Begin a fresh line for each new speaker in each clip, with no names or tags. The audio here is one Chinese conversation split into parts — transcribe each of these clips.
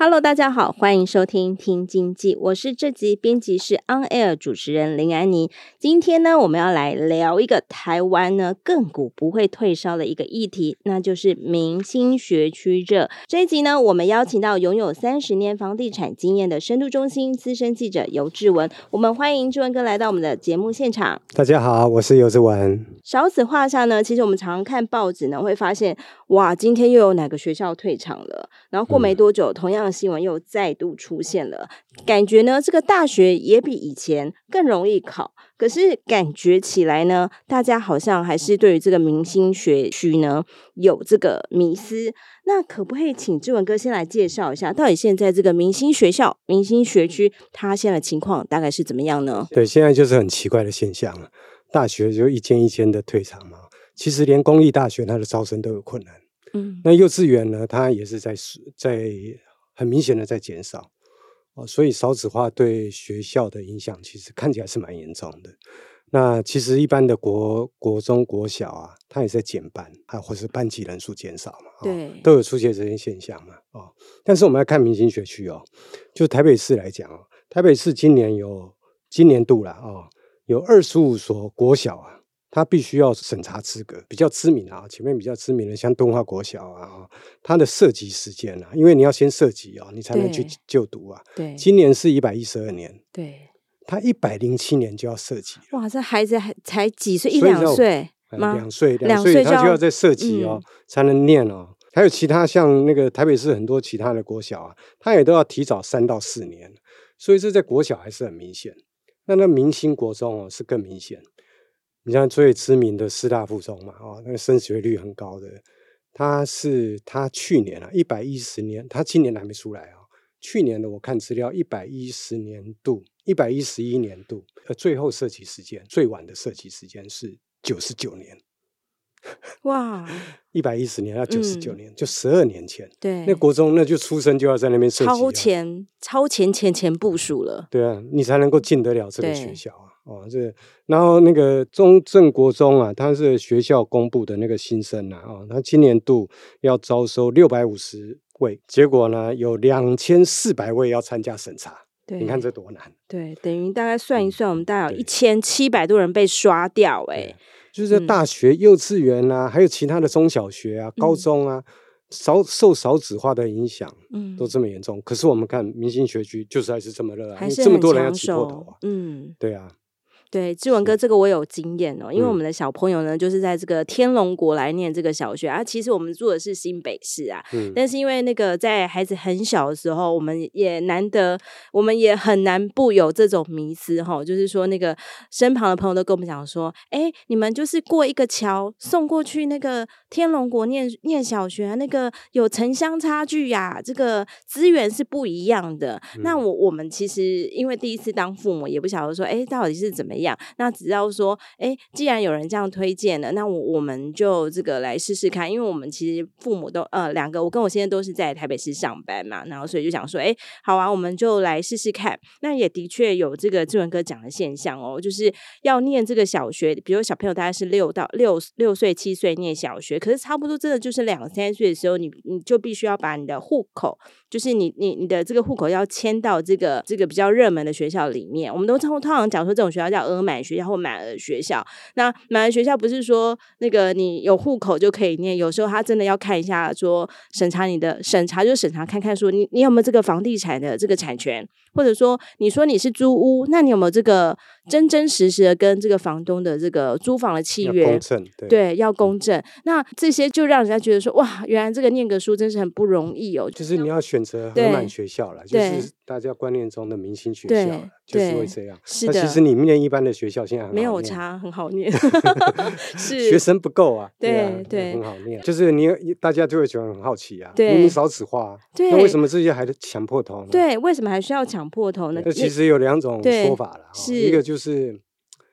Hello，大家好，欢迎收听《听经济》，我是这集编辑室 On Air 主持人林安妮。今天呢，我们要来聊一个台湾呢亘古不会退烧的一个议题，那就是明星学区热。这一集呢，我们邀请到拥有三十年房地产经验的深度中心资深记者尤志文，我们欢迎志文哥来到我们的节目现场。
大家好，我是游志文。
少子化下呢，其实我们常常看报纸呢，会发现哇，今天又有哪个学校退场了，然后过
嗯
没多久，同样的新闻又再度出现了，感觉呢，这个大学也比以前更容易考，可是感觉起来呢，大家好像还是对于这个明星学区呢有这个迷思。那可不可以请志文哥先来介绍一下，到底现在这个明星学校、明星学区，它现在的情况大概是怎么样呢？
对，现在就是很奇怪的现象了，大学就一间一间的退场嘛。其实连公立大学它的招生都有困难，
嗯
那幼稚园呢，它也是在是在很明显的在减少哦，所以少子化对学校的影响其实看起来是蛮严重的。那其实一般的国国中、国小啊，它也在减班，啊，或是班级人数减少嘛，哦
对
都有出现这些现象嘛，哦，但是我们来看明星学区哦，就台北市来讲哦，台北市今年有今年度啦哦，有二十五所国小啊，它必须要审查资格，比较知名啊，前面比较知名的像敦化国小啊，哦它的涉及时间啊，因为你要先涉及哦，你才能去
对
就读啊。
对
今年是一百一十二年，
对，
它一百零七年就要涉及了，
哇，这孩子还才几岁，一
所以
两
让我
岁
呃
吗？
两岁
两
两岁
岁
它
就
就
要
要在涉及哦，才能念哦。还有其他像那个台北市很多其他的国小啊，它也都要提早三到四年，所以这在国小还是很明显。那那明星国中哦是更明显，你像最知名的师大附中嘛，哦，那个升学率很高的，它是它去年啊一百一十年，它今年还没出来啊、去年的我看资料，一百一十年度、一百一十一年度，呃，最后设计时间最晚的设计时间是九十九年，
哇，
一百一十年到九十九
嗯
年，就十二年前。
对，
那国中那就出生就要在那边设计、
超
啊，
前超前前前部署了，
对啊，你才能够进得了这个
对
学校啊。哦，这然后那个中正国中啊，它是学校公布的那个新生啊，哦，它今年度要招收六百五十位，结果呢有两千四百位要参加审查，
对，
你看这多难。
对，等于大概算一
嗯
算，我们大概有
对
一千七百多人被刷掉、
对
欸，
就是
嗯
在大学、幼稚园啊，还有其他的中小学啊、高
嗯
中啊，少受少子化的影响
嗯，
都这么严重。可是我们看明星学区，就是还是这么热啊，
还
因为
是
这么
很
多人要
抢
挤破头
手
啊，。
嗯，
对啊，
对，志文哥，这个我有经验哦，因为我
嗯
们的小朋友呢，就是在这个天龙国来念这个小学啊，其实我们住的是新北市啊，
嗯，
但是因为那个在孩子很小的时候，我们也难得，我们也很难不有这种迷思哈，就是说那个身旁的朋友都跟我们讲说，哎，你们就是过一个桥送过去那个天龙国念念小学啊，那个有城乡差距呀、这个资源是不一样的。那我我们其实因为第一次当父母，也不晓得说，哎，到底是怎么样。那只要说，哎，既然有人这样推荐了，那我我们就这个来试试看，因为我们其实父母都呃两个，我跟我先生都是在台北市上班嘛，然后所以就想说，哎，好啊，我们就来试试看。那也的确有这个志文哥讲的现象哦，就是要念这个小学，比如小朋友大概是六到六六岁七岁念小学，可是差不多真的就是两三岁的时候，你你就必须要把你的户口就是你你你的这个户口要迁到这个这个比较热门的学校里面。我们都通通常讲说这种学校叫额满学校或满额学校。那满额学校不是说那个你有户口就可以念，有时候他真的要看一下说审查你的审查就审查看看说你你有没有这个房地产的这个产权，或者说你说你是租屋，那你有没有这个真真实实的跟这个房东的这个租房的契
要
约
公？正，对，
对，要公正。那这些就让人家觉得说，哇，原来这个念个书真是很不容易哦。
就是你要选择
对
合满学校了，就
对
是大家观念中的明星学
对
校啦，就是
对
会这样。
是
那
的
其实你念一般的学校现在很
没
好
有
念，
差，很好 念，是
学生不够啊，啊
对，对
很好念，就是你大家就会觉得很好奇啊，
对
明明少子化啊，
对
那为什么这些还强迫投呢？
对，为什么还需要抢破头呢？
那其
你
实有两种
对
说法了，哦
是
一个就是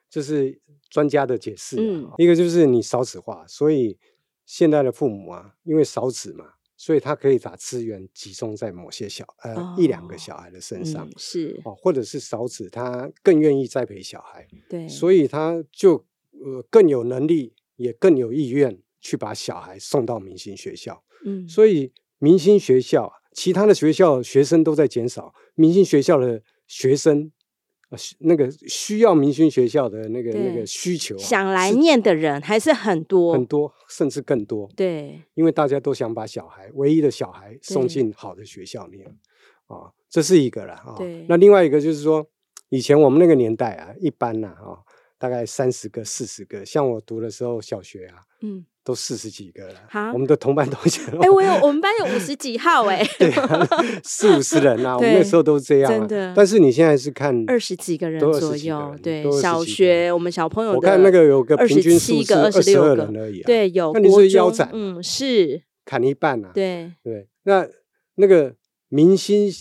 就是专家的解释啊、
嗯
一个就是你少子化，所以现在的父母啊，因为少子嘛，所以他可以把资源集中在某些小呃、一两
哦
个小孩的身上
嗯，是
哦，或者是少子，他更愿意栽培小孩，
对，
所以他就呃更有能力，也更有意愿去把小孩送到明星学校。
嗯，
所以明星学校啊，其他的学校学生都在减少，明星学校的学生，呃、需那个需要明星学校的那个那
对
个需求、啊，
想来念的人还是很多，
很多，甚至更多，
对，
因为大家都想把小孩唯一的小孩送
对
进好的学校念啊、这是一个了啊、
对
那另外一个就是说，以前我们那个年代啊，一般呐啊、大概三十个、四十个，像我读的时候小学啊，
嗯，
都四十几个了
哈，
我们的同班同学，
哎，我有我们班有五十几号，哎，
对啊，四五十人啊，我们
对
那时候都这样、啊。
真的
但是你现在是看
二十几个人
都二十
左
几个
右
人，
对
都，二十
小
几个
学
人
我们小朋友
我
的
看那个有个平均数
27
是
个、
二
十
十
六
二
个
人，而已、啊。
对，有
那你
国
是腰
中
斩啊
嗯，是，
砍一半啊。
对，
对，那那个明星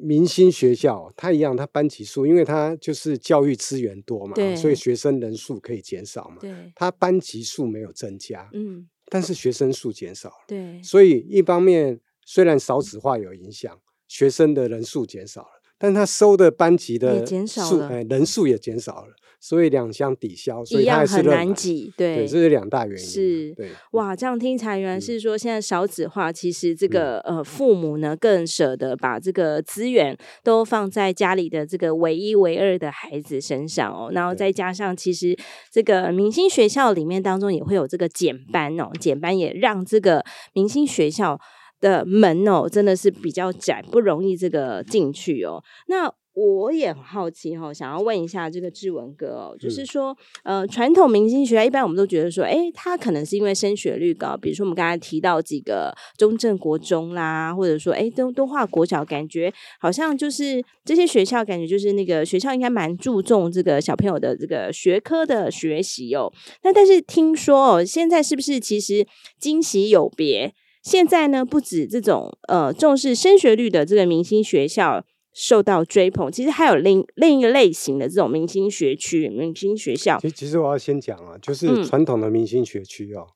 明星学校，哦它一样，它班级数，因为它就是教育资源多嘛
对，
所以学生人数可以减少嘛。
对，
它班级数没有增加，
嗯，
但是学生数减少了，
对，
所以一方面虽然少子化有影响，学生的人数减少了，但他收的班级
也
的
减少
数
了
哎人数也减少了，所以两相抵消，所
一
以它
样
还是
很
热
难
门。
挤，
对，
对，
这是两大原因啊。
是
对，
哇，这样听起来原来是说，现在少子化，其实这个、呃父母呢更舍得把这个资源都放在家里的这个唯一唯二的孩子身上哦。然后
对
再加上，其实这个明星学校里面当中也会有这个减班哦，减班也让这个明星学校的门哦真的是比较窄，不容易这个进去哦。那我也很好奇哈、哦，想要问一下这个志文哥哦，就是
嗯
说，呃，传统明星学校一般我们都觉得说，诶，他可能是因为升学率高，比如说我们刚才提到几个中正国中啦，或者说诶东东华国小，感觉好像就是这些学校，感觉就是那个学校应该蛮注重这个小朋友的这个学科的学习哦。那但是听说哦，现在是不是其实今喜有别？现在呢，不止这种呃重视升学率的这个明星学校受到追捧，其实还有另另一个类型的这种明星学区、明星学校。
其其实我要先讲啊，就
嗯
是传统的明星学区哦，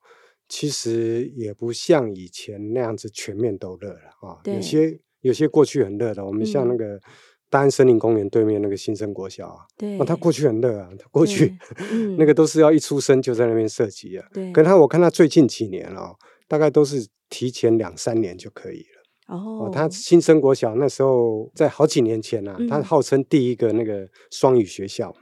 其实也不像以前那样子全面都热了啊。
对
有些有些过去很热的，我们像那
嗯
个大安森林公园对面那个新生国小啊，
对
哦，他过去很热啊，他过去
嗯
那个都是要一出生就在那边设计啊。
对
可他我看他最近几年哦，大概都是提前两三年就可以了。
哦
哦，，他新生国小那时候在好几年前啊，他
嗯
号称第一个那个双语学校，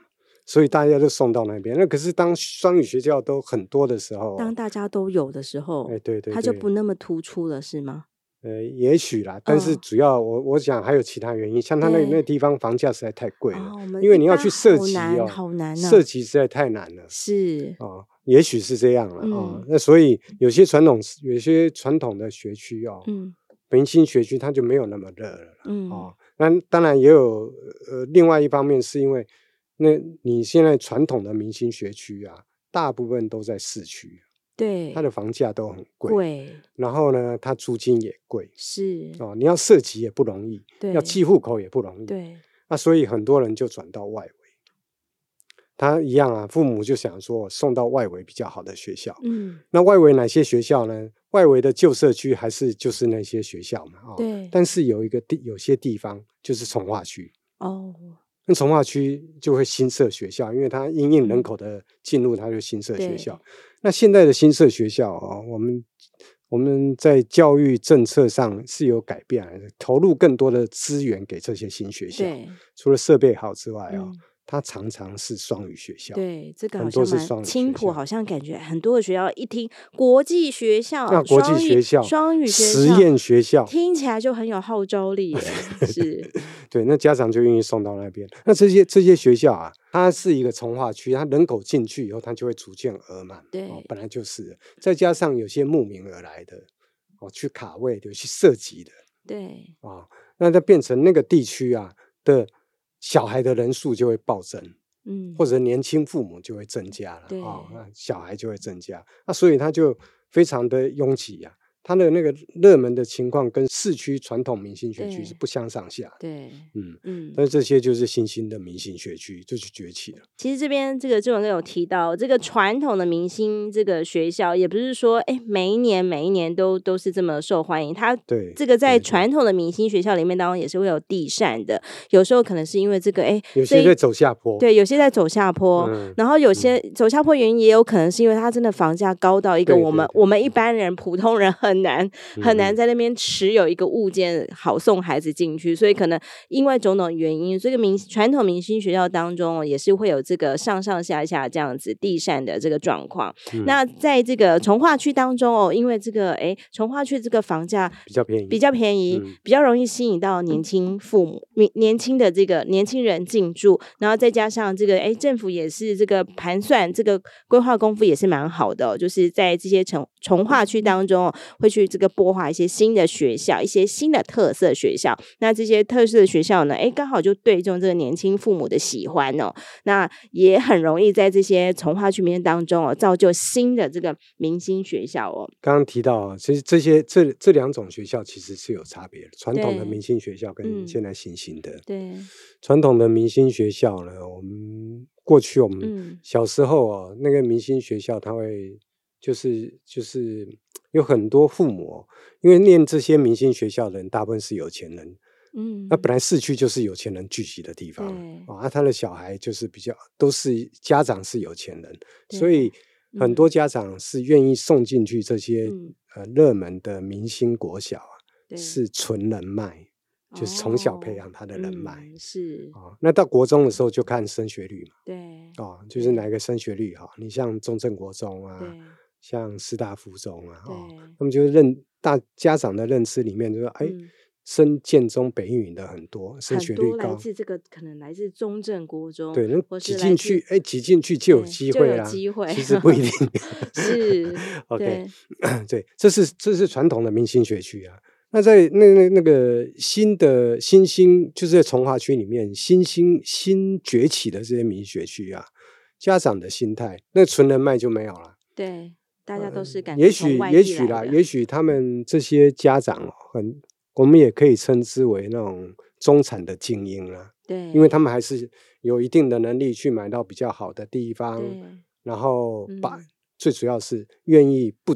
所以大家都送到那边。那可是当双语学校都很多的时候，哦
当大家都有的时候，
哎，对对，
它就
对
不那么突出了，是吗？
呃，也许啦，但是
嗯
主要我我想还有其他原因，像他那
对
那地方房价实在太贵
哦
了，
我们
因为
一
你要
般
去设
好
计
难
哦，
好难啊
设计实在太难了
是，
啊、哦，也许是这样了啊、哦
嗯
那所以有些传统有些传统的学区哦，
嗯
明星学区它就没有那么热了啦。
嗯，
哦，那当然也有呃，另外一方面是因为那你现在传统的明星学区啊，大部分都在市区，
对，
它的房价都很贵，
贵
然后呢，它租金也贵
是，
哦，你要涉及也不容易，
对，
要寄户口也不容易，
对，
那所以很多人就转到外围。他一样啊，父母就想说我送到外围比较好的学校。
嗯，
那外围哪些学校呢？外围的旧社区还是就是那些学校嘛，哦。
对，
但是有一个地，有些地方就是从化区，
哦，
那从化区就会新设学校，因为它因应
嗯
人口的进入，它就新设
对
学校。那现在的新设学校啊、我们我们在教育政策上是有改变，投入更多的资源给这些新学校。
对，
除了设备好之外啊、
嗯
它常常是双语学校。
对，这个好
很多
像
是双
蛮
语学
青浦，
校
好像感觉很多的学校一听国际学校、
那啊国际
双语
学校、
双语学
实
校
验学校，哦
听起来就很有号召 力耶，是，
对，那家长就愿意送到那边。那这些这些学校啊，它是一个从化区，它人口进去以后，它就会逐渐额满。
对
哦，本来就是，再加上有些慕名而来的，哦，去卡位的，有去涉及的
对，
啊、哦，那它变成那个地区啊的小孩的人数就会暴增，
嗯，
或者年轻父母就会增加了
对
啊、哦，那小孩就会增加，那所以它就非常的拥挤啊。它的那个热门的情况跟市区传统明星学区是
对
不相上下的，
对，
嗯。
嗯，
但这些就是新兴的明星学区，就是崛起了。
其实这边这个志文哥有提到，这个传统的明星这个学校，也不是说哎每一年每一年都都是这么受欢迎，它
对，
这个在
对对
传统的明星学校里面当中也是会有地善的，有时候可能是因为这个哎，
有
这
些
一
在走下坡，
对，哦有些在走下坡。
嗯，
然后有些走下坡原因也有可能是因为它真的房价高到一个
对
我
对
们
对嗯
我们一般人普通人很难很难在那边持有一个物件好送孩子进去，所以可能因为种种原因，所以这个明传统明星学校当中哦也是会有这个上上下下这样子地善的这个状况。
嗯
那在这个从化区当中哦，因为这个诶从化区这个房价
比较便宜，
比较便宜，
嗯
比较容易吸引到年轻父母、年年轻的这个年轻人进驻，然后再加上这个，哎，政府也是这个盘算，这个规划功夫也是蛮好的哦、就是在这些重重化区当中、哦，会去这个擘划一些新的学校，一些新的特色学校。那这些特色的学校呢，哎，刚好就对中这个年轻父母的喜欢哦，那也很容易在这些从化区名当中哦，造就新的这个明星学校哦。
刚刚提到啊，其实这些这这两种学校其实是有差别的，传统的
对
明星学校跟
嗯
现在新兴的、
对，
传统的明星学校呢，我们过去我们
嗯，
小时候啊，那个明星学校它会就是就是有很多父母哦、因为念这些明星学校的人大部分是有钱人，
嗯，
那本来市区就是有钱人聚集的地方
对
啊，啊他的小孩就是比较都是家长是有钱人，所
对
以很多家长是愿意送进去这些、
嗯
呃热门的明星国小啊，
对
是纯人脉，就是从小培
哦
养他的人脉、
嗯、是，
啊。那到国中的时候就看升学率嘛，
对，
啊，就是哪一个升学率哈、你像中正国中啊，
对，
像师大附中啊，哦，
对，
他们就认大家长的认知里面就说，哎。
嗯
升建中北一女的很多，升学
很
率
多来
高，
自这个可能来自中正国中，
对，那
或
挤
是
进
来
去
自，
哎，挤进去就有
对
机
就
会
有
啦。
机会。
其实不一定
是对
OK，对，这是这是传统的明星学区啊。那在那那那个新的新兴，就是在从化区里面新兴新崛起的这些明星学区啊，家长的心态，那纯人脉就没有了。
对，大家都是感觉
嗯也
从
许
外
也
地
许
来
啦，
的
也许他们这些家长哦很，我们也可以称之为那种中产的精英啦、
对，
因为他们还是有一定的能力去买到比较好的地方，
对
然后把、
嗯
最主要是愿意不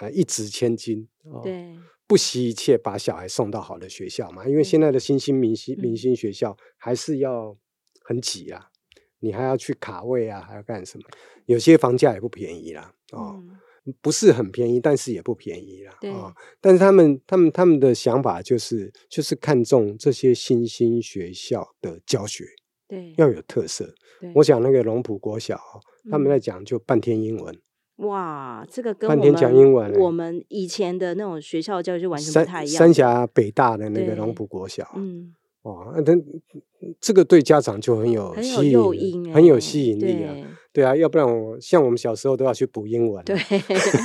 呃一掷千金，哦、，
对
不惜一切把小孩送到好的学校嘛。因为现在的新兴明星明
嗯
星学校还是要很挤啊，你还要去卡位啊，还要干什么？有些房价也不便宜啦，哦，
嗯
不是很便宜，但是也不便宜啦，
对
哦。但是他们他们他们的想法就是就是看重这些新兴学校的教学。
对，
要有特色。
对
我想那个龙浦国小哦、他们
嗯
在讲就半天英文，
哇，这个跟
半
我
天讲
们
英文嘞
我们以前的那种学校教育就完全不太
三
一样
三
的，
峡哦北大的那
对
个龙浦国小，
嗯，
哇，那他这个对家长就很有
很有
吸
诱
引
因
力，
欸，
很有吸引力啊。
对
对啊，要不然我像我们小时候都要去补英文，
对，。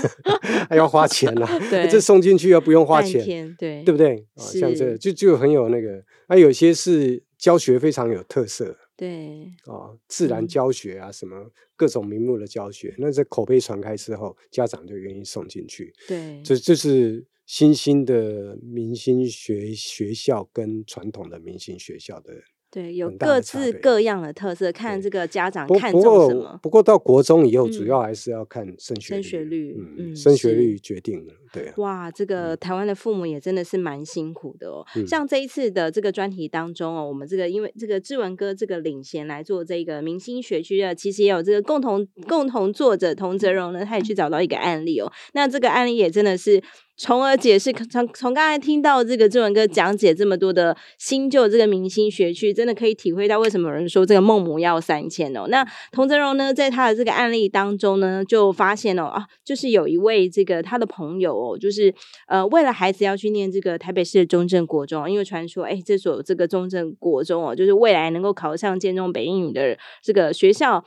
还要花钱啦
对
这送进去又不用花
半
钱，
天对
对不对？啊，像这
是
个就就很有那个，啊，有些是教学非常有特色。
对
哦，自然
嗯
教学啊，什么各种名目的教学，那这口碑传开之后，家长就愿意送进去。
对，
这这是新兴的明星学学校跟传统的明星学校的，
对，有
很大
各
的差
自
别
各样的特色，看
对
这个家长
不
啊看
不
重什
过
么。
不过到国中以后，主
嗯
要还是要看升学
升学率
嗯，
嗯
升学
是
率决定了，对啊，
哇，这个台湾的父母也真的是蛮辛苦的哦。
嗯
像这一次的这个专题当中哦，我们这个因为这个志文哥这个领衔来做这个明星学区的，其实也有这个
嗯
共同共同作者童泽荣呢，他也去找到一个案例哦。那这个案例也真的是从而解释从从刚才听到这个志文哥讲解这么多的新旧这个明星学区，真的可以体会到为什么有人说这个孟母要三迁哦。那童泽荣呢，在他的这个案例当中呢，就发现哦啊，就是有一位这个他的朋友哦，就是呃，为了孩子要去念这个台北市的中正国中，因为传说哎，这所这个中正国中哦，就是未来能够考上建中北英语的这个学校。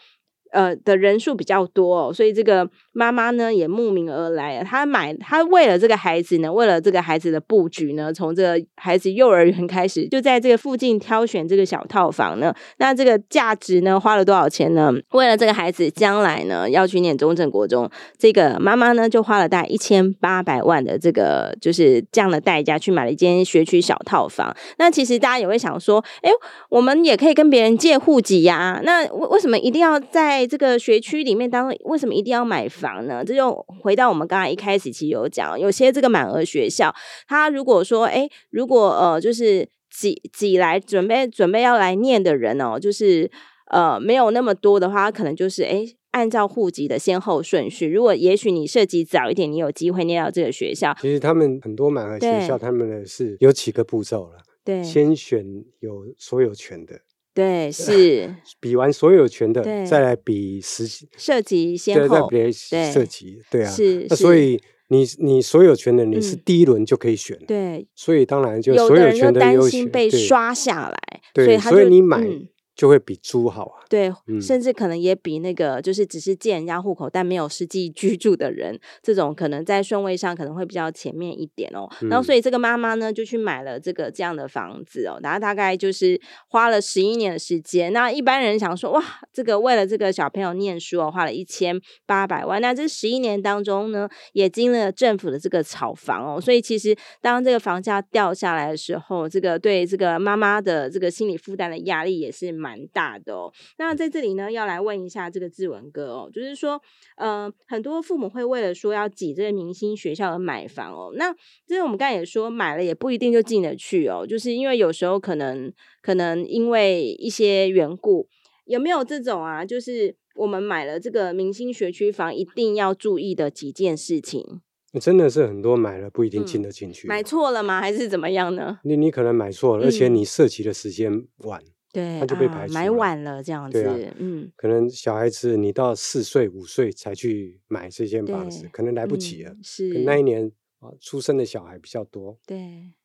呃的人数比较多哦，所以这个妈妈呢也慕名而来，啊她买她为了这个孩子呢，为了这个孩子的布局呢，从这个孩子幼儿园开始，就在这个附近挑选这个小套房呢。那这个价值呢，花了多少钱呢？为了这个孩子将来呢要去念中正国中，这个妈妈呢就花了大概一千八百万的这个就是这样的代价去买了一间学区小套房。那其实大家也会想说，哎，我们也可以跟别人借户籍呀、那为为什么一定要在这个学区里面当为什么一定要买房呢？这就回到我们刚才一开始其实有讲，有些这个满额学校，他如果说，哎，如果呃，就是挤挤来准备准备要来念的人哦，就是呃没有那么多的话，他可能就是哎。按照户籍的先后顺序，如果也许你涉及早一点，你有机会念到这个学校。
其实他们很多满额学
对
校，他们的是有几个步骤了，
对
先选有所有权的，
对， 是
比完所有权的
对，
再来比实习，
涉及先
对，再
后，
比
对
涉及，对啊。
是
那
是
所以你你所有权的，你是
嗯
第一轮就可以选的，
对，
所以当然就
有
所
的
有
人就
权的
担
优
心
先
被
对
刷下来，所以
对，
他
所以
就
你买
嗯
就会比租好啊。
对，
嗯
甚至可能也比那个就是只是借人家户口但没有实际居住的人，这种可能在顺位上可能会比较前面一点哦。然后，所以这个妈妈呢就去买了这个这样的房子哦，然后大概就是花了十一年的时间。那一般人想说，哇，这个为了这个小朋友念书哦，花了一千八百万。那这十一年当中呢，也经历了政府的这个炒房哦，所以其实当这个房价掉下来的时候，这个对这个妈妈的这个心理负担的压力也是蛮大的哦。那在这里呢，要来问一下这个志文哥哦，就是说，呃，很多父母会为了说要挤这个明星学校而买房哦。那这个我们刚才也说，买了也不一定就进得去哦，就是因为有时候可能可能因为一些缘故，有没有这种啊？就是我们买了这个明星学区房，一定要注意的几件事情，
真的是很多买了不一定
嗯
进得进去，啊
买错了吗？还是怎么样呢？
你你可能买错了，而且
嗯
你涉及的时间晚，
对，
那就被
啊
排除
买
了
晚了这样子，
对啊
嗯，
可能小孩子你到四岁五岁才去买这间房子
对，
可能来不及了。
嗯
可
是
能那一年啊，出生的小孩比较多，
对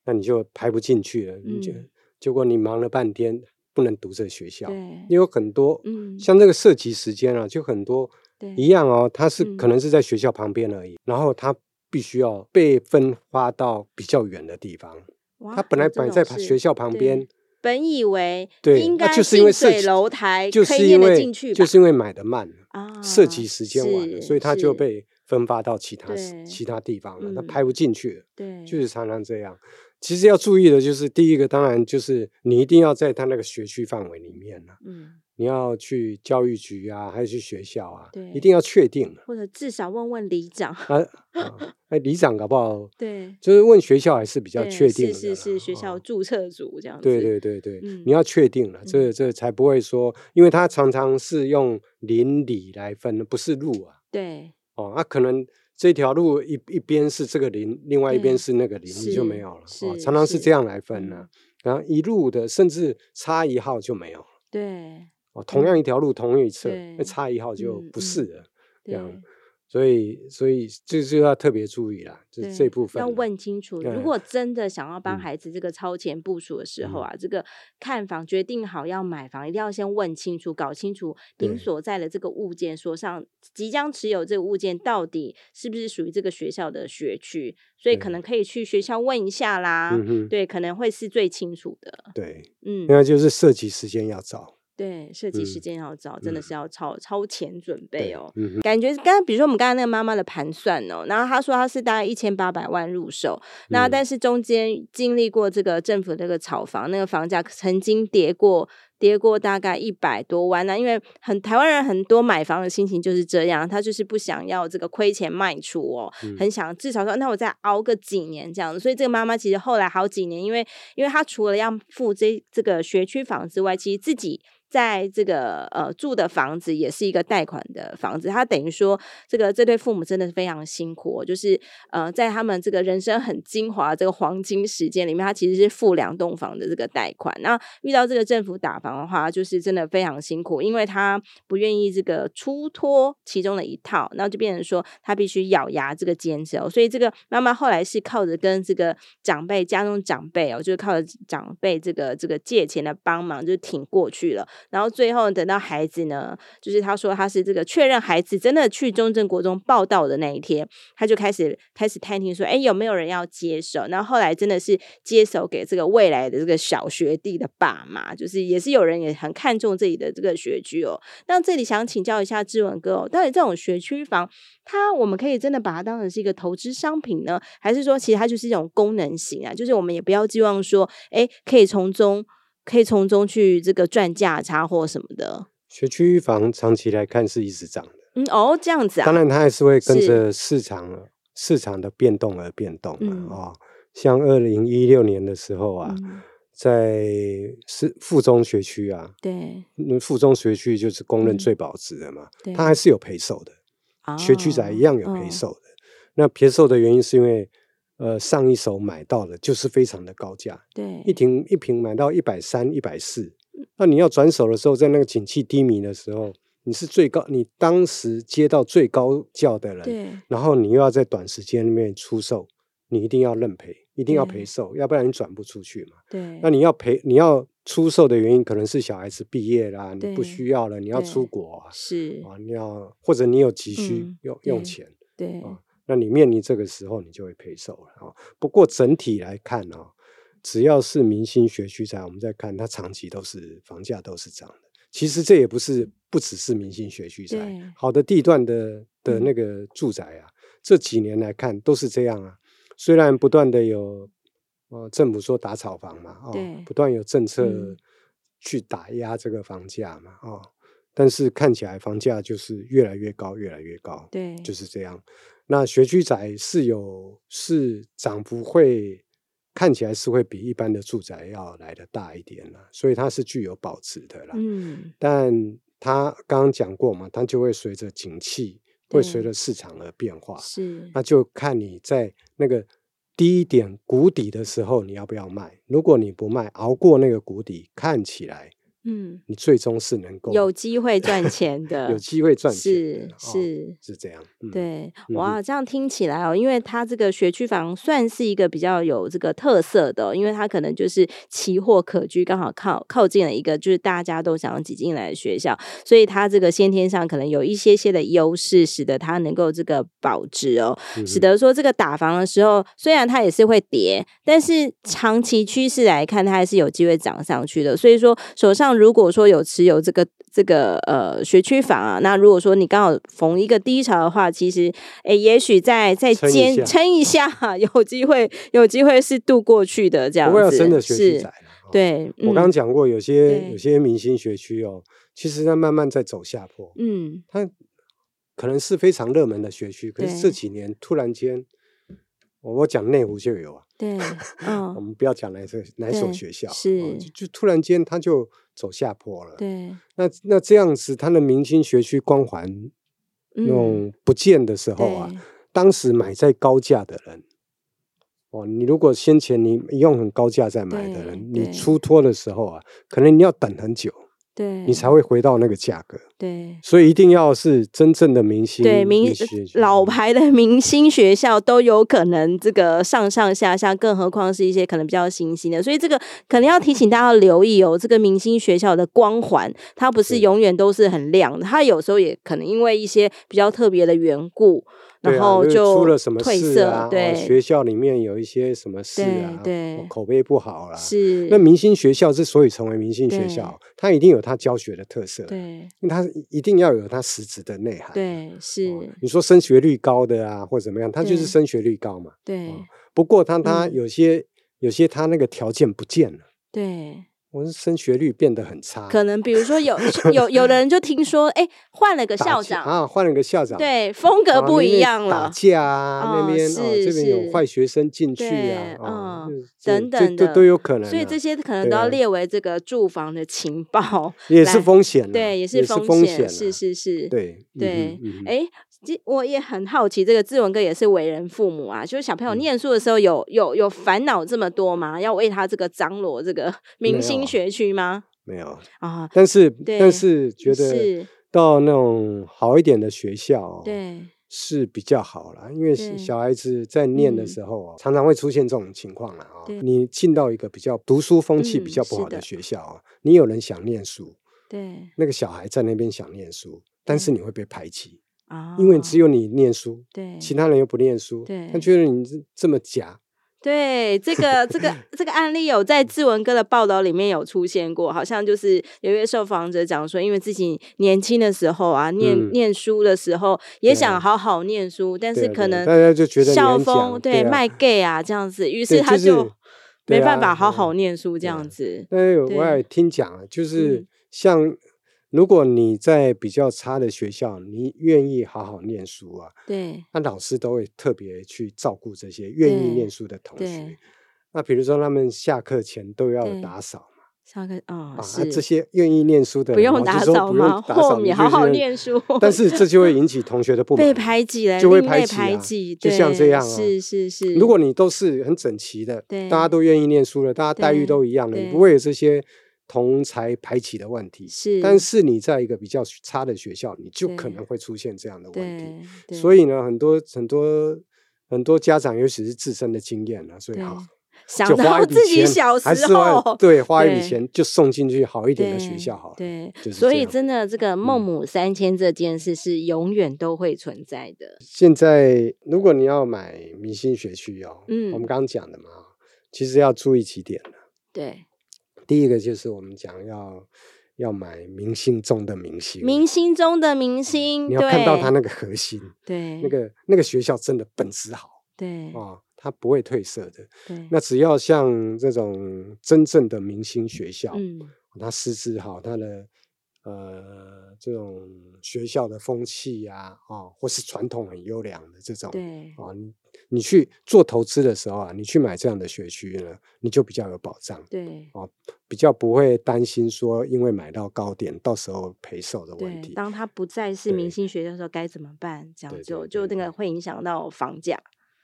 那你就排不进去了。你就
嗯
结果你忙了半天，不能读这个学校，
对，
也有很多
嗯
像这个涉及时间啊，就很多
对
一样哦，它是可
嗯
能是在学校旁边而已，然后它必须要被分发到比较远的地方。
哇
它本来
有这
摆
种
在旁
事
学校旁
对
边，
本以为
对，
应
那
该
就是因为
近
设
水
计
楼台
就
哎可以
是
念
因
得
为
进去
就
吧
是因为买的慢了，
啊，
涉及时间晚了，
是
所以他就是被分发到其他时
对
其他地方了，他
嗯
拍不进去了，
对，
就是常常这样。其实要注意的就是，第一个当然就是你一定要在他那个学区范围里面了、
嗯，
你要去教育局啊，还有去学校啊
对，
一定要确定了
或者至少问问里 长，
啊。 啊那里长搞不好
对，
就是问学校还是比较
对
确定的
是是
啦
是学校
哦
注册组这样子，
对对对对，
嗯
你要确定了，这这才不会说，因为他常常是用邻里来分，不是路啊，
对
哦，那、可能这条路一一边是这个邻，另外一边
对
是那个邻，你就没
是
有了，哦，
是
常常是
是
这样来分呢、
嗯
然后一路的，甚至差一号就没有了，
对
哦，同样一条路，同样一侧，那
嗯对
差一号就
嗯
不
嗯
是了，这样
对
所以所以这就要特别注意啦，这
对，
这部分
要
啦
问清楚。如
嗯
果真的想要帮
嗯
孩子这个超前部署的时候
嗯
啊，这个看房决定好要买房，一定要先问清楚，搞清楚您
对
所在的这个物件，所上即将持有这个物件到底是不是属于这个学校的学区，所以可
对
能可以去学校问一下啦。
嗯哼，
对，可能会是最清楚的。
对，
嗯，
另外就是涉及时间要早，
对，设计时
嗯
间要早，真的
嗯
是要超超前准备哦。
嗯
感觉刚才比如说我们刚才那个妈妈的盘算哦，然后她说她是大概一千八百万入手，那
嗯
但是中间经历过这个政府这个炒房，那个房价曾经跌过。跌过大概一百多万那因为很台湾人很多买房的心情就是这样，他就是不想要这个亏钱卖出哦，
嗯
很想至少说那我再熬个几年这样子。所以这个妈妈其实后来好几年，因为因为她除了要付这这个学区房之外，其实自己在这个呃住的房子也是一个贷款的房子，他等于说这个这对父母真的非常辛苦、哦，就是呃在他们这个人生很精华这个黄金时间里面，他其实是付两栋房的这个贷款。那遇到这个政府打房的话，就是真的非常辛苦，因为他不愿意这个出脱其中的一套，那就变成说他必须咬牙这个坚持、哦。所以这个妈妈后来是靠着跟这个长辈家中长辈哦，就是靠着长辈这个这个借钱的帮忙，就挺过去了。然后最后等到孩子呢，就是他说他是这个确认孩子真的去中正国中报道的那一天，他就开始开始探听说，哎，有没有人要接手？然后后来真的是接手给这个未来的这个小学弟的爸妈，就是也是有人也很看重这里的这个学区哦。那这里想请教一下志文哥哦，到底这种学区房，它我们可以真的把它当成是一个投资商品呢，还是说其实它就是一种功能型啊？就是我们也不要寄望说，哎，可以从中。可以从中去这个赚价差或什么的。
学区房长期来看是一直涨的，
嗯哦，这样子啊。
当然它还是会跟
是
着市场市场的变动而变动
嗯
啊。哦，像二零一六年的时候啊，
嗯
在是附中学区啊，
对
那附中学区就是公认
嗯
最保值的嘛，
对，
它还是有赔售的。学区宅一样有赔
哦，
售的。那赔售的原因是因为，呃，上一手买到的就是非常的高价，
嗯
一
对，
平一平买到一百三、一百四。那你要转手的时候，在那个景气低迷的时候，你是最高，你当时接到最高价的人，
对
然后你又要在短时间里面出售，你一定要认赔，一定要
对
赔售，要不然你转不出去嘛。
对，
那你要赔，你要出售的原因可能是小孩子毕业啦，你不
对
需要了，你要
对
出国啊，
是，
啊你要或者你有急需、
嗯
用用
对
钱。
对
哦那你面临这个时候，你就会赔售了哦。不过整体来看哦，只要是明星学区宅，我们在看它长期都是房价都是涨的。其实这也不是不只是明星学区
对
宅，好的地段的的
嗯
那个住宅啊，这几年来看都是这样啊。虽然不断的有呃政府说打炒房嘛，哦
对，
不断有政策
嗯
去打压这个房价嘛，哦，但是看起来房价就是越来越高，越来越高。
对，
就是这样。那学区宅是有是涨幅会看起来是会比一般的住宅要来的大一点啦，所以它是具有保值的啦。
嗯
但它刚刚讲过嘛，它就会随着景气，会随
对
着市场而变化，
是
那就看你在那个。低点谷底的时候，你要不要卖？如果你不卖，熬过那个谷底，看起来
嗯
你最终是能够
有机会赚钱的，
有机会赚钱的
是
哦
是
是这样，嗯、
对，
嗯
哇，这样听起来哦，因为它这个学区房算是一个比较有这个特色的哦、因为它可能就是奇货可居，刚好靠靠近了一个就是大家都想要挤进来的学校，所以它这个先天上可能有一些些的优势，使得它能够这个保值哦，
嗯
使得说这个打房的时候，虽然它也是会跌，但是长期趋势来看，它还是有机会涨上去的。所以说，手上如果说有持有这个这个呃学区房啊，那如果说你刚好逢一个低潮的话，其实诶，也许再再
撑一下
坚撑一下，有机会有机会是度过去的这样
不过要
子。
真的学区
是
宅啦哦
对，
我刚刚
嗯
讲过，有些
对
有些明星学区哦，其实它慢慢在走下坡。
嗯
它可能是非常热门的学区，可是这
对
几年突然间，我我讲内湖就有啊，
对
我
嗯
们不要讲哪所哪所
对
学校，哦
是
就就突然间它就走下坡了。
对
那那这样子，它的明星学区光环那
嗯
种不见的时候啊，
对
当时买在高价的人，哦，你如果先前你用很高价在买的人，
对
你
对
出脱的时候啊，可能你要等很久，
对，
你才会回到那个价格。
对。
所以一定要是真正的明星，
对明呃
明星
老牌的明星学校都有可能这个上上下下，更何况是一些可能比较新兴的，所以这个可能要提醒大家留意哦，这个明星学校的光环，它不
对
是永远都是很亮的，它有时候也可能因为一些比较特别的缘故，
对啊
然后
因为
就
出了什么
褪
事
色，
啊？哦
对，
学校里面有一些什么事啊？
对
哦
对
口碑不好啦。
是
那明星学校之所以成为明星学
对
校，它一定有它教学的特色，
对
因为它一定要有它实质的内涵。
对是，
哦你说升学率高的啊，或怎么样，它就是
对
升学率高嘛。
对
不过它它
嗯
有些、有些它那个条件不见了，
对
我是升学率变得很差，
可能比如说有有有的人就听说，哎，换了个
打
校
架
长，
啊，换了个校长，
对，风格
啊
不
那
一
边
样
打
了。
架啊，
嗯
那边哦
是
这边
是
有坏学生进去
对
啊，哦
嗯
这
等
这
等
这
的
都有可能啊，
所以这些可能
对
都要
啊
列为这个住房的情报，
也是
来
风险啊，
对，也
是
是
风
险，
啊
是，是是，
对
对
嗯哼嗯哼
哎，这我也很好奇，这个志文哥也是为人父母啊，就是小
嗯
朋友念书的时候有有有烦恼这么多吗？要为他这个张罗这个明
没
星
有啊
学区吗？
没有，
啊，
但是
对
但是觉得
是，
到那种好一点的学校哦，
对，
是比较好啦，因
对
为是小孩子在念的
嗯
时候、哦常常会出现这种情况啦、哦。
对
你进到一个比较读书风气
嗯
比较不
是
好的
的
学校哦，你有人想念书，
对
那个小孩在那边想念书，但
嗯
是你会被排挤，
啊，
因为只有你念书，
哦对
其他人又不念书，
对
他觉得你这这么假，
对，这个这 个这个案例有在志文哥的报道里面有出现过，好像就是有一位受访者讲说，因为自己年轻的时候啊，念、
嗯
念书的时候也想
对
好好念书，但
对
是
啊
可
对啊
能
大家就觉得你
校
很
风
讲对啊
卖 gay 啊这样子，于
对
是他
就是
就没
对
办
啊
法好
嗯
好念书这
对啊
样子。
但是我
对
也听讲啊，就是
嗯
像如果你在比较差的学校，你愿意好好念书啊，
对
那老师都会特别去照顾这些愿意
对
念书的同
对
学。那比如说他们下课前都要
对
打扫嘛，
上课啊、
啊，
是、
那这些愿意念书的
不
人
用
老
打
师说
扫
不用
吗？
打
豁
扫你
免
就
好好
是，
念书
但是这就会引起同学的不满，
被排挤了，
就会
另类
排挤
排
啊
挤，
就像这
对
样啊
是是是。
如果你都是很整齐的，
对
大家都愿意念书了，大家待
对
遇都一样了，
对
你不会有这些同才排挤的问题。
是，
但是你在一个比较差的学校，你就可
对
能会出现这样的问题。
对，对
所以呢，很多很多很多家长，尤其是自身的经验啊，所以
对
好
想
就花
到
一笔
自己
钱
小时
还是
候
花，对花一笔
对
钱就送进去好一点
对
的学校好了。
对，
就是
所
这
以
样嗯
真的这个孟母三迁这件事是永远都会存在的。
现在如果你要买明星学区哦，
嗯
我们刚刚讲的嘛，其实要注意几点啊
对，
第一个就是我们讲要要买明星中的明星，
明星中的明星，
嗯你要看到他
对
那个核心，
对
那个那个学校真的本质好
对
啊，它不会褪色的。
对，
那只要像这种真正的明星学校，
嗯
它师资好，它的呃这种学校的风气呀、啊，哦，或是传统很优良的这种，
对
啊，你你去做投资的时候啊，你去买这样的学区呢，你就比较有保障，
对
哦比较不会担心说因为买到高点，到时候赔售的问
对，
题。
当他不再是明
对
星学校的时候该怎么办？这样
对
就
对
就那
对哦
个
对
会影响到房价。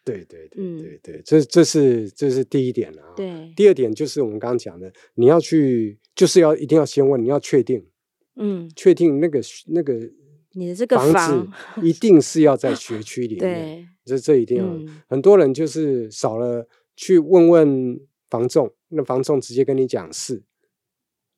对对
嗯
对对对，这这是这是第一点啊。
对，
第二点就是我们刚刚讲的，你要去，就是要一定要先问，你要确定，
嗯，
确定那个那个
你的这个
房子一定是要在学区里面，
对，
这这一定要。
嗯
很多人就是少了去问问房仲，那房仲直接跟你讲是，
对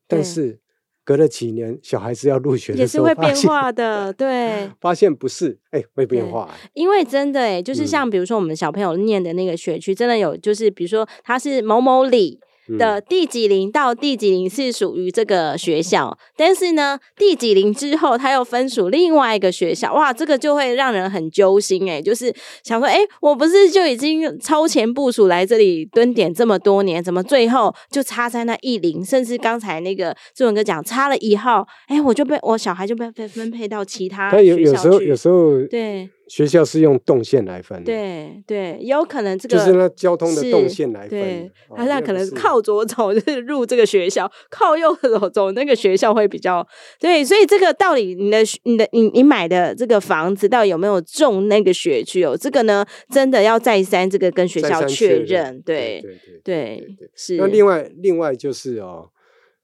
但是隔了几年，小孩子要入学
也
的
是
时候
会
发
变
现
化 的，对。
发现不是，哎、会变
对
化、哎
因为真的哎、就是
嗯
像比如说我们小朋友念的那个学区，真的有就是比如说他是某某里
嗯
的第几零到第几零是属于这个学校，但是呢第几零之后他又分属另外一个学校，哇，这个就会让人很揪心哎、就是想说哎、我不是就已经超前部署来这里蹲点这么多年，怎么最后就差在那一零，甚至刚才那个志文哥讲差了一号，哎、我就被我小孩就被被分配到其他
他有
学
有时
校
候
去。
有时候
对，
学校是用动线来分的，，
对对，也有可能这个
就是那交通的动
是
线来分
对
的，，
他那可能
哦是
是靠左走 就是入这个学校，靠右走走那个学校会比较对，所以这个到底你的学你的你你买的这个房子到底有没有中那个学区哦？这个呢，真的要再三这个跟学
再
校
三
确认
认，，
对
对对
对
对，
是，
那另外另外就是哦，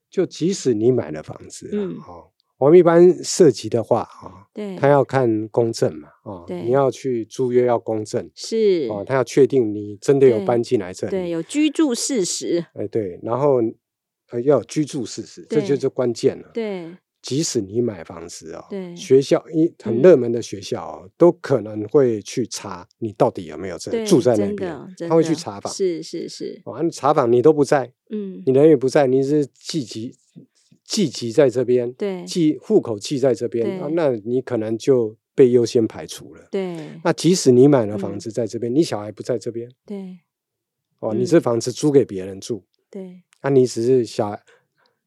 就即使你买了房子、啊，
嗯
哦，我们一般涉及的话啊、
对
他要看公证嘛，哦，
对
你要去租约要公证，
是，
哦，他要确定你真的有
对
搬进来这里，
对，有居住事实，
哎对，然后呃要有居住事实，这就
对
是关键了。
对
即使你买房子哦
对，
学校一很
嗯
热门的学校哦，都可能会去查你到底有没有
对，
这住在那
真
边
的，，
他会去
真的
查访。
是是是，
哦，啊查访你都不在，
嗯，
你人也不在，你是寄籍寄籍在这边，
对
寄户口寄在这边、啊
对，
那你可能就被优先排除了。
对
那即使你买了房
嗯
子在这边，你小孩不在这边
对
哦，你这
嗯
房子租给别人住，啊
对
那、你只是小孩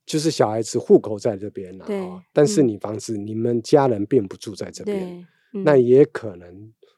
就是小孩子户口在这边了、
对
哦，但是
嗯
你房子、你们家人并不住在这边，
对，嗯
那也可能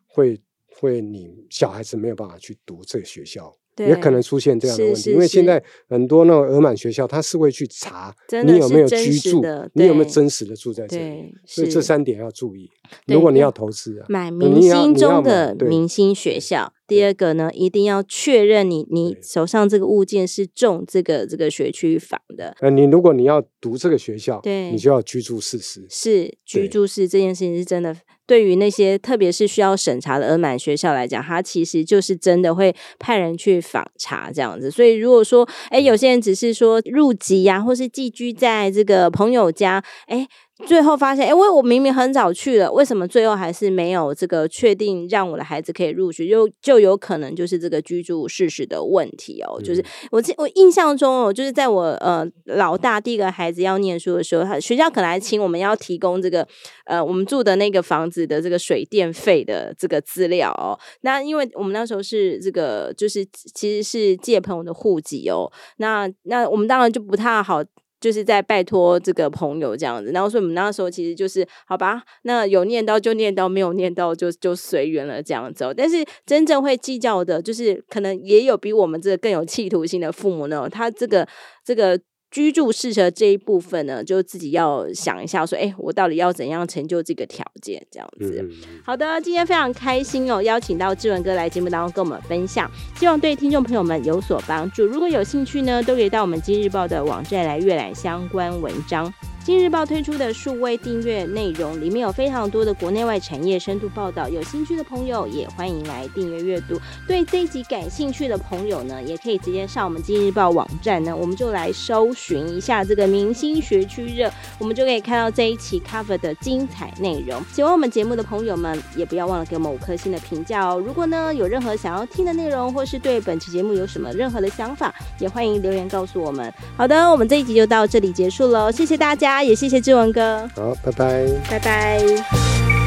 会会你小孩子没有办法去读这个学校。也可能
对
出现这样的
是
问题，
是
因为现
是
在很多那种俄满学校，他是会去查
真的
你有
是
没有
真
居
实
住
的，
你有没有
对
真实的住在这里，
对，
所以
是
这三点要注意。
对嗯
如果你
要
要投资啊，
买
你
明
要
星
你要
中
买
的
对
明星学校。第
对
二个呢，一定要确认你你
对
手上这个物件是中这个这个学区房的，
呃，你如果你要读这个学校，
对
你就要居住事实。
是居
对
住是这件事情是真的。对于那些特别是需要审查的额满学校来讲，它其实就是真的会派人去访查这样子。所以如果说，哎，有些人只是说入籍呀、或是寄居在这个朋友家，哎。最后发现，哎、我我明明很早去了，为什么最后还是没有这个确定让我的孩子可以入学？就就有可能就是这个居住事实的问题哦，
嗯
就是我记我印象中哦，就是在我呃老大第一个孩子要念书的时候，他学校可能还请我们要提供这个呃我们住的那个房子的这个水电费的这个资料哦。那因为我们那时候是这个就是其实是借朋友的户籍哦，那那我们当然就不太好。就是在拜托这个朋友这样子，然后所以我们那时候其实就是好吧，那有念到就念到，没有念到就就随缘了这样子、哦。但是真正会计较的，就是可能也有比我们这个更有企图心的父母呢，他这个这个。居住适合这一部分呢，就自己要想一下，说，哎、我到底要怎样成就这个条件，这样子。
嗯，
好的，今天非常开心哦，邀请到志文哥来节目当中跟我们分享，希望对听众朋友们有所帮助。如果有兴趣呢，都可以到我们今日报的网站来阅览相关文章。今日报推出的数位订阅内容，里面有非常多的国内外产业深度报道，有兴趣的朋友也欢迎来订阅阅读。对这一集感兴趣的朋友呢，也可以直接上我们今日报网站呢，我们就来搜寻一下这个明星学区热，我们就可以看到这一期 cover 的精彩内容。喜欢我们节目的朋友们，也不要忘了给我们五颗星的评价哦。如果呢有任何想要听的内容，或是对本期节目有什么任何的想法，也欢迎留言告诉我们。好的，我们这一集就到这里结束喽，谢谢大家，也谢谢志文哥，
好，拜拜。
拜拜。